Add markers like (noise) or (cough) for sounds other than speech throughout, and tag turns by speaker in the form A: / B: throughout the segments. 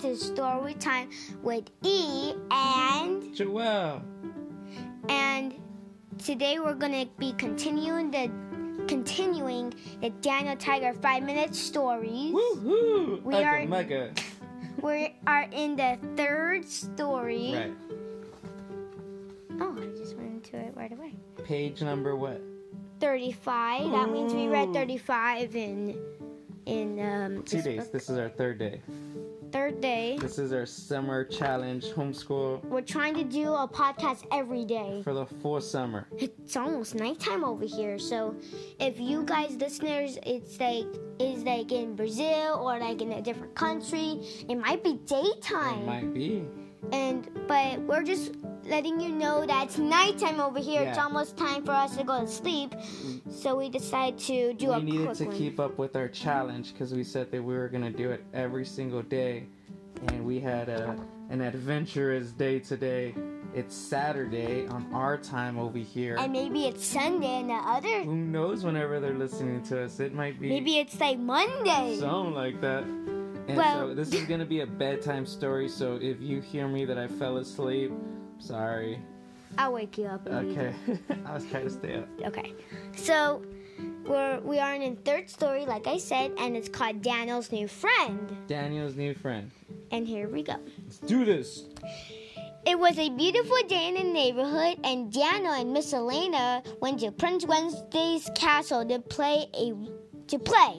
A: to story time with E and
B: Joelle.
A: and today we're gonna be continuing the continuing the Daniel Tiger five minute stories.
B: Woohoo!
A: We
B: Ugga
A: are-
B: mugga.
A: We are in the third story.
B: Right.
A: Oh, I just went into it right away.
B: Page number what?
A: 35. That means we read
B: Ooh.
A: 35 in in um
B: Two
A: this
B: days.
A: book.
B: This is our third day.
A: third day.
B: This is our summer challenge homeschool
A: We're trying to do a podcast every day.
B: for the full summer.
A: It's almost nighttime over here, so if you guys listeners, it's like is like in Brazil or like in a different country, it might be
B: It
A: daytime.
B: might be.
A: And but we're just letting you know that it's nighttime over here. It's
B: Yeah. Mm.
A: almost time for us to go to sleep, so we decide to do a
B: We needed
A: quick
B: to
A: one.
B: keep up with our challenge because we said that we were going to do it every single day. And we had a, an adventurous day today. It's Saturday on our time over here.
A: and maybe it's Sunday, and the other
B: Who knows whenever they're listening to us? It might be.
A: maybe it's like Monday.
B: Something like that. And so
A: Well-
B: this is gonna be a bedtime story. So if you hear me that I fell asleep, sorry.
A: I'll wake you up. and you
B: Okay, (laughs) I was trying to stay up.
A: Okay. So we're we are in third story, like I said, and it's called Daniel's new friend.
B: Daniel's new friend.
A: And here we go.
B: Let's do this.
A: It was a beautiful day in the neighborhood, and Daniel and Miss Elena went to Prince Wednesday's castle to play a to play.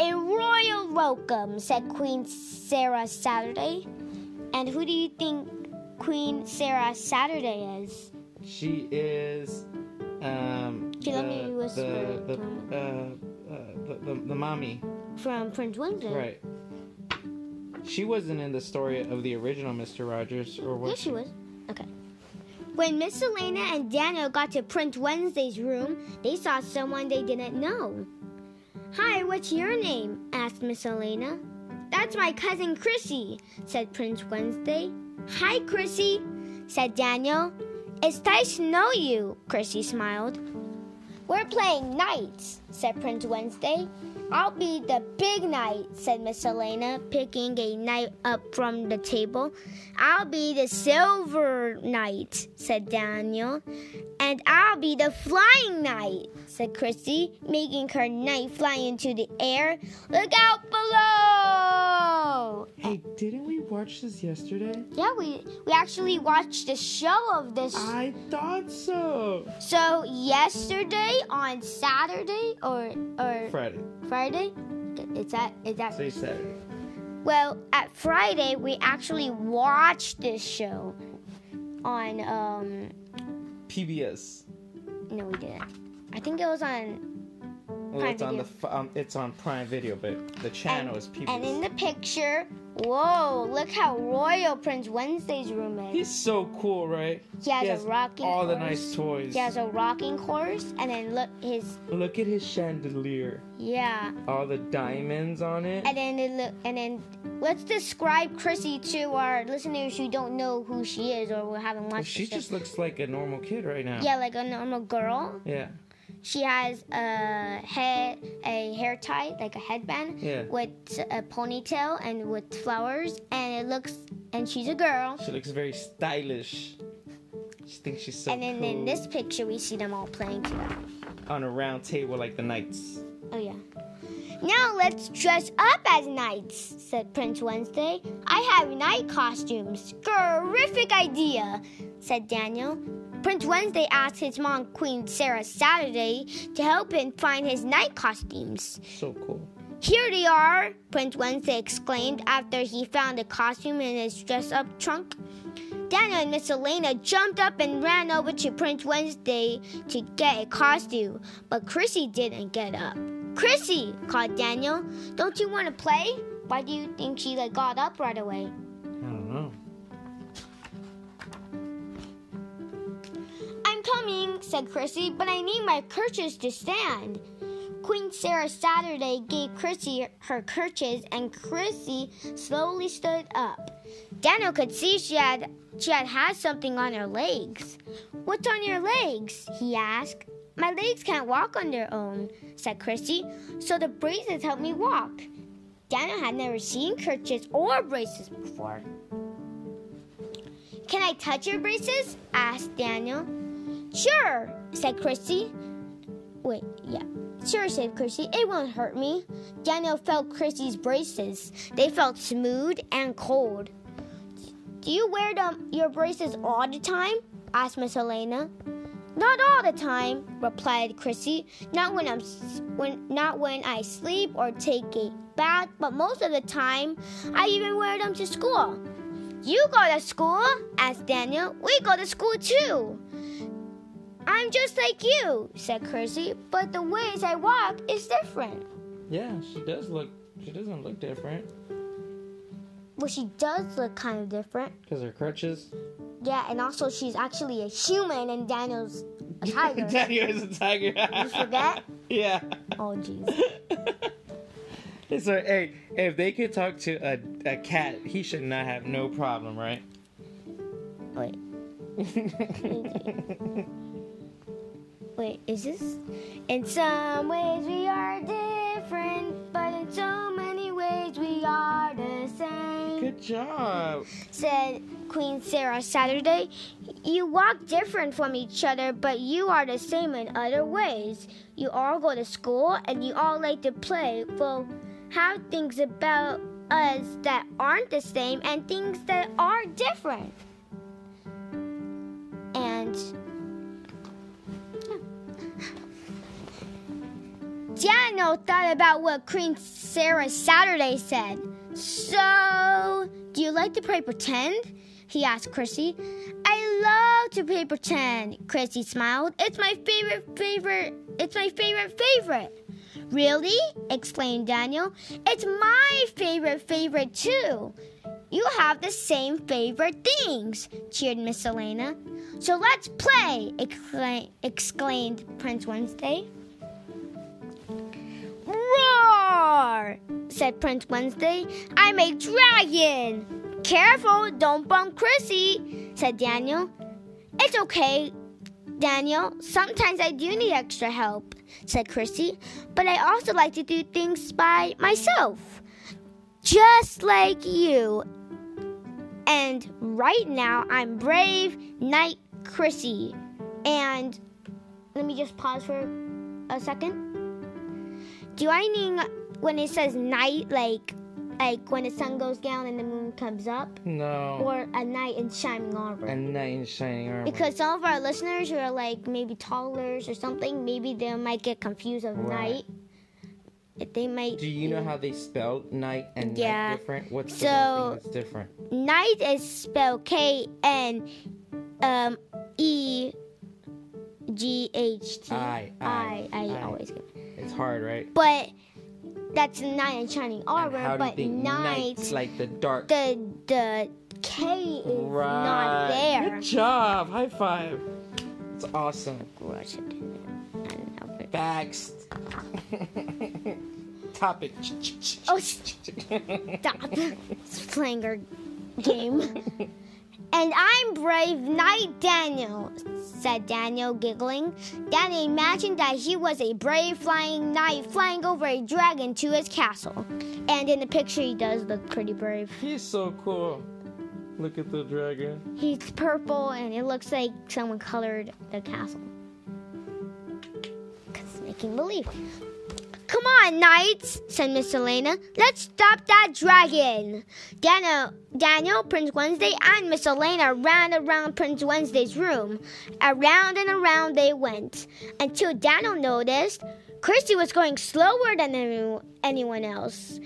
A: A royal welcome, said Queen Sarah Saturday. And who do you think Queen Sarah Saturday is?
B: She is, um,
A: She let me
B: the
A: whisper,
B: the
A: Tom.
B: the, uh, uh, the, the the mommy,
A: From Prince Wednesday.
B: right? She wasn't in the story of the original Mister Rogers, or was
A: Yes, she was. Okay. When Miss Elena and Daniel got to Prince Wednesday's room, they saw someone they didn't know. Hi, what's your name? asked Miss Elena. That's my cousin Chrissy, said Prince Wednesday. Hi, Chrissy, said Daniel. It's nice to know you, Chrissy smiled. We're playing knights, said Prince Wednesday. I'll be the big knight, said Miss Elena, picking a knight up from the table. I'll be the silver knight, said Daniel. And I'll be the flying knight, said Christy, making her knight fly into the air. Look out below!
B: Hey, didn't we watch this yesterday?
A: Yeah, we, we actually watched the show of this.
B: I thought so.
A: So yesterday on Saturday or or
B: Friday.
A: Friday, it's that it's that
B: Say Saturday.
A: Well, at Friday we actually watched this show on um
B: PBS.
A: no we didn't. I think it was on
B: Well,
A: Prime
B: it's on the
A: Video.
B: f- um, it's on Prime Video, but the channel
A: and,
B: is PBS.
A: and in the picture, whoa, look how royal Prince Wednesday's room is.
B: He's so cool, right?
A: He has, a rocking
B: all
A: horse.
B: the nice toys.
A: He has a rocking horse and then look his
B: Look at his chandelier,
A: yeah.
B: all the diamonds on it.
A: And then it look and then let's describe Chrissy to our listeners who don't know who she is or who haven't watched
B: she
A: the show.
B: just looks like a normal kid right now.
A: yeah, like a normal girl.
B: Yeah.
A: She has a head, a hair tie, like a headband,
B: Yeah.
A: with a ponytail and with flowers, and it looks. And she's a girl.
B: She looks very stylish. She thinks she's so
A: and then
B: cool.
A: in this picture, we see them all playing together.
B: on a round table like the knights.
A: Oh yeah. Now let's dress up as knights," said Prince Wednesday. "I have knight costumes. Terrific idea," said Daniel. Prince Wednesday asked his mom, Queen Sarah Saturday, to help him find his knight costumes.
B: So cool.
A: Here they are, Prince Wednesday exclaimed after he found the costume in his dress up trunk. Daniel and Miss Elena jumped up and ran over to Prince Wednesday to get a costume, but Chrissy didn't get up. Chrissy, called Daniel, don't you want to play? Why do you think she like got up right away?
B: I don't know.
A: I'm coming, said Chrissy, but I need my kerchiefs to stand. Queen Sarah Saturday gave Chrissy her kerchiefs, and Chrissy slowly stood up. Daniel could see she had she had had something on her legs. What's on your legs? he asked. My legs can't walk on their own, said Chrissy, so the braces help me walk. Daniel had never seen kerchiefs or braces before. Can I touch your braces? asked Daniel. Sure, said Christy. Wait, yeah. Sure, said Christy. It won't hurt me. Daniel felt Christy's braces. They felt smooth and cold. Do you wear them, your braces all the time? asked Miss Elena. Not all the time, replied Chrissy. Not when I'm s- when not when I sleep or take a bath, but most of the time I even wear them to school. You go to school? asked Daniel. We go to school too. I'm just like you, said Chrissy, but the ways I walk is different.
B: Yeah, she does look. She doesn't look different
A: Well, she does look kind of different.
B: because her crutches.
A: Yeah, and also she's actually a human and Daniel's a tiger.
B: (laughs) tiger is a tiger. you
A: forgot?
B: (laughs) Yeah.
A: oh, jeez.
B: so hey, if they could talk to a, a cat, he should not have no problem, right?
A: Wait. Wait, is this? In some ways we are different, but in so many ways we are the same.
B: Good job.
A: Said Queen Sarah Saturday. You walk different from each other, but you are the same in other ways. You all go to school and you all like to play. Well, have things about us that aren't the same and things that are different. And Daniel thought about what Queen Sarah Saturday said. So, do you like to play pretend? He asked Chrissy. I love to play pretend. Chrissy smiled. It's my favorite, favorite. It's my favorite, favorite. Really? exclaimed Daniel. It's my favorite, favorite too. You have the same favorite things, cheered Miss Elena. So let's play, excla- exclaimed Prince Wednesday. Roar! said Prince Wednesday. I'm a dragon! Careful, don't bump Chrissy, said Daniel. It's okay, Daniel. Sometimes I do need extra help, said Chrissy, but I also like to do things by myself. Just like you. And right now, I'm brave Knight Chrissy. And let me just pause for a second do I mean when it says night, like like when the sun goes down and the moon comes up,
B: No.
A: or a knight in shining armor?
B: A knight in shining armor.
A: because some of our listeners who are like maybe toddlers or something, maybe they might get confused of
B: Right.
A: night. If They might.
B: Do you know how they spell knight and
A: Yeah.
B: knight different? What's the
A: So-
B: one thing that's different?
A: Night is spelled K N um, E G H T.
B: I,
A: I
B: I,
A: I
B: I.
A: always get.
B: It's hard, right?
A: But that's night and shining armor.
B: and how do you
A: but
B: think
A: night
B: knight's like the dark?
A: the the K is not there. (laughs)
B: Good job. High five. It's awesome.
A: Gross, I don't know, but-
B: Facts. (laughs) Topic.
A: Oh, stop! It's playing our game. And I'm brave knight Daniel, said Daniel, giggling. Daniel imagined that he was a brave flying knight flying over a dragon to his castle. And in the picture, he does look pretty brave.
B: He's so cool. Look at the dragon.
A: He's purple, and it looks like someone colored the castle. Because it's making believe. Come on, knights, said Miss Elena. Let's stop that dragon. Daniel, Daniel, Prince Wednesday, and Miss Elena ran around Prince Wednesday's room. Around and around they went until Daniel noticed Christy was going slower than any- anyone else.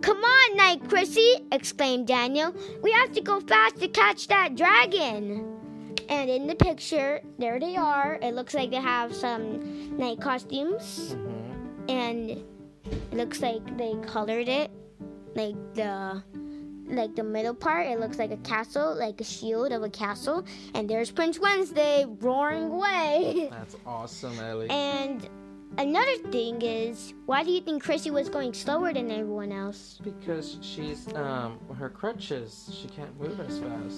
A: Come on, Night Chrissy, exclaimed Daniel. We have to go fast to catch that dragon. And in the picture, there they are. It looks like they have some night costumes. And it looks like they colored it. Like the like the middle part, it looks like a castle, like a shield of a castle. And there's Prince Wednesday roaring away. (laughs)
B: That's awesome, Ellie.
A: And another thing is, why do you think Chrissy was going slower than everyone else?
B: because she's um her crutches. She can't move as fast.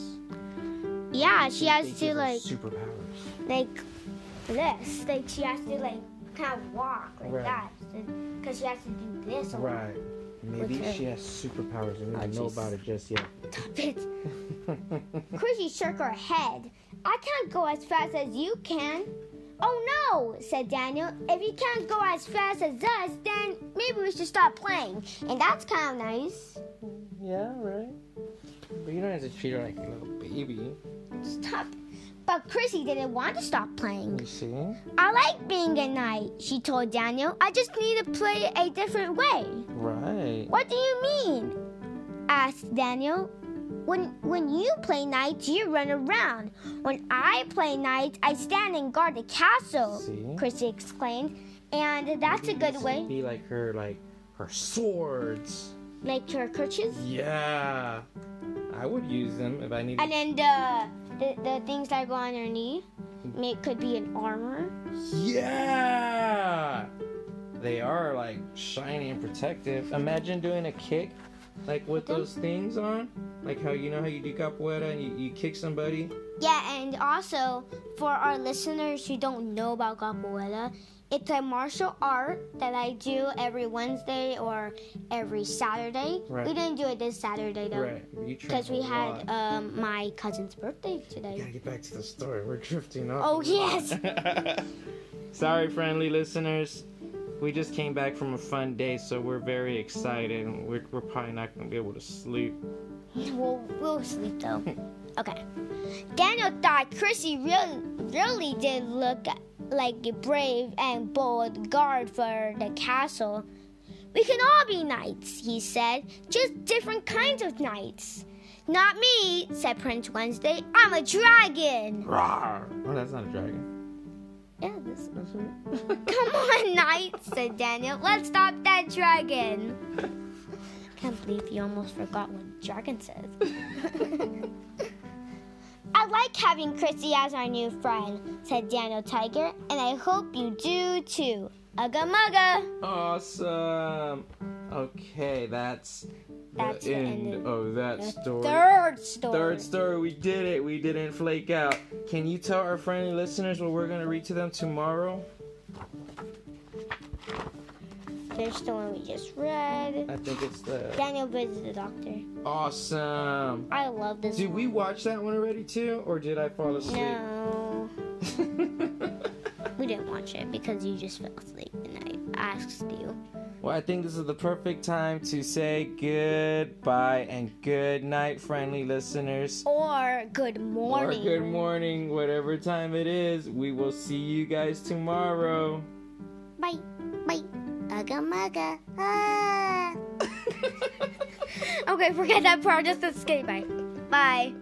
A: Yeah, she has
B: They
A: to
B: give her
A: like
B: superpowers.
A: like this. Like she has to like kind of walk like
B: Right.
A: that, because she has to do this. A lot.
B: Right. Maybe
A: What's her-
B: she has superpowers and we
C: Oh,
B: don't know
C: Jesus.
B: about it just (laughs) yet.
A: Stop it. Chrissy shook her head. I can't go as fast as you can. Oh no, said Daniel. If you can't go as fast as us, then maybe we should stop playing. And that's kind of nice.
B: Yeah, right. But you don't have to treat her like a little baby.
A: Stop. But Chrissy didn't want to stop playing.
B: You see?
A: I like being a knight, she told Daniel. I just need to play a different way.
B: Right.
A: What do you mean? asked Daniel. When when you play knights, you run around. When I play knights, I stand and guard the castle.
B: See?
A: Chrissy exclaimed, and that's a
B: Maybe
A: good
B: this would
A: way.
B: Be like her, like her swords.
A: Like your crutches,
B: Yeah, I would use them if I needed.
A: and then the, the the things that go on your knee, it could be an armor.
B: Yeah, they are like shiny and protective. Imagine doing a kick, like with
A: them?
B: those things on, like how you know how you do capoeira and you, you kick somebody.
A: Yeah, and also for our listeners who don't know about capoeira, it's a martial art that I do every Wednesday or every Saturday.
B: Right.
A: We didn't do it this Saturday though,
B: Right, you train
A: because we
B: a
A: had
B: lot.
A: um, my cousin's birthday today.
B: Gotta get back to the story. We're drifting off.
A: Oh,
B: a lot.
A: yes.
B: (laughs) Sorry, friendly listeners. We just came back from a fun day, so we're very excited. and We're, we're probably not gonna be able to sleep.
A: We'll, we'll sleep though. okay. Daniel thought Chrissy really, really did look like a brave and bold guard for the castle. We can all be knights, he said, just different kinds of knights. Not me, said Prince Wednesday. I'm a dragon.
B: Rawr. Oh, that's not a dragon.
A: Yeah, this.
B: That's right.
A: Come on, knight, said Daniel. Let's stop that (laughs) dragon. Can't believe you almost forgot what dragon says. (laughs) I like having Chrissy as our new friend, said Daniel Tiger, and I hope you do too. Ugga mugga.
B: Awesome. Okay, that's
A: That's
B: the
A: the
B: end,
A: end of
B: of that
A: the
B: story.
A: Third story.
B: Third story. We did it. We didn't flake out. Can you tell our friendly listeners what we're gonna read to them tomorrow?
A: There's the one we just read.
B: I think it's the
A: Daniel visits the doctor.
B: awesome.
A: I love this.
B: Did
A: one.
B: we watch that one already too, or did I fall asleep?
A: No. We didn't watch it because you just fell asleep and I asked you.
B: (laughs) well, I think this is the perfect time to say goodbye and good night, friendly listeners.
A: Or good morning.
B: Or good morning, whatever time it is. We will see you guys tomorrow.
A: Bye. Bye. Ugga mugga. Ah. okay, forget that part. Just escape. Bye. Bye.